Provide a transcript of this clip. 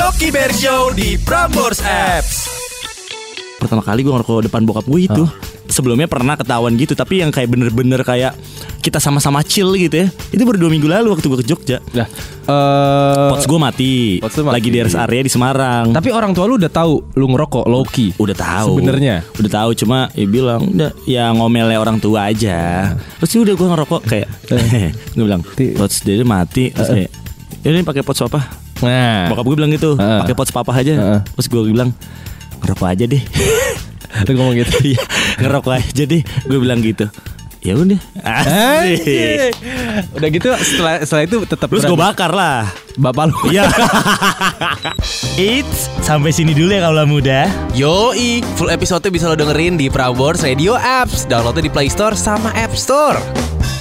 Oki Bear Show di Prambors Apps. Pertama kali gue ngerokok depan bokap gue itu. Ah. Sebelumnya pernah ketahuan gitu, tapi yang kayak bener-bener kayak kita sama-sama chill gitu ya. Itu baru dua minggu lalu waktu gue ke Jogja. Nah, eh, Pots gue mati. Pots lu mati. Lagi di RS area di Semarang. tapi orang tua lu udah tahu lu ngerokok low key. udah tahu Sebenarnya? udah tahu cuma ya bilang udah ya ngomelnya orang tua aja terus ya udah gue ngerokok kayak gue bilang Ah. Eh. Ti- Eh. pots dia mati terus kayak ya ini pakai pots apa Nah, bokap gue bilang gitu Heeh. pakai pots papa aja Heeh. terus gue bilang ngerokok aja deh lu ngomong gitu. Iya, ngerokok aja deh gue bilang gitu ya udah Asik. Anjing. Udah gitu setelah setelah itu tetap terus gue berani. bakar lah bapak lu. Iya. It's sampai sini dulu ya kaula muda. Yoi, full episode bisa lo dengerin di Prambors Radio Apps. Downloadnya di Play Store sama App Store.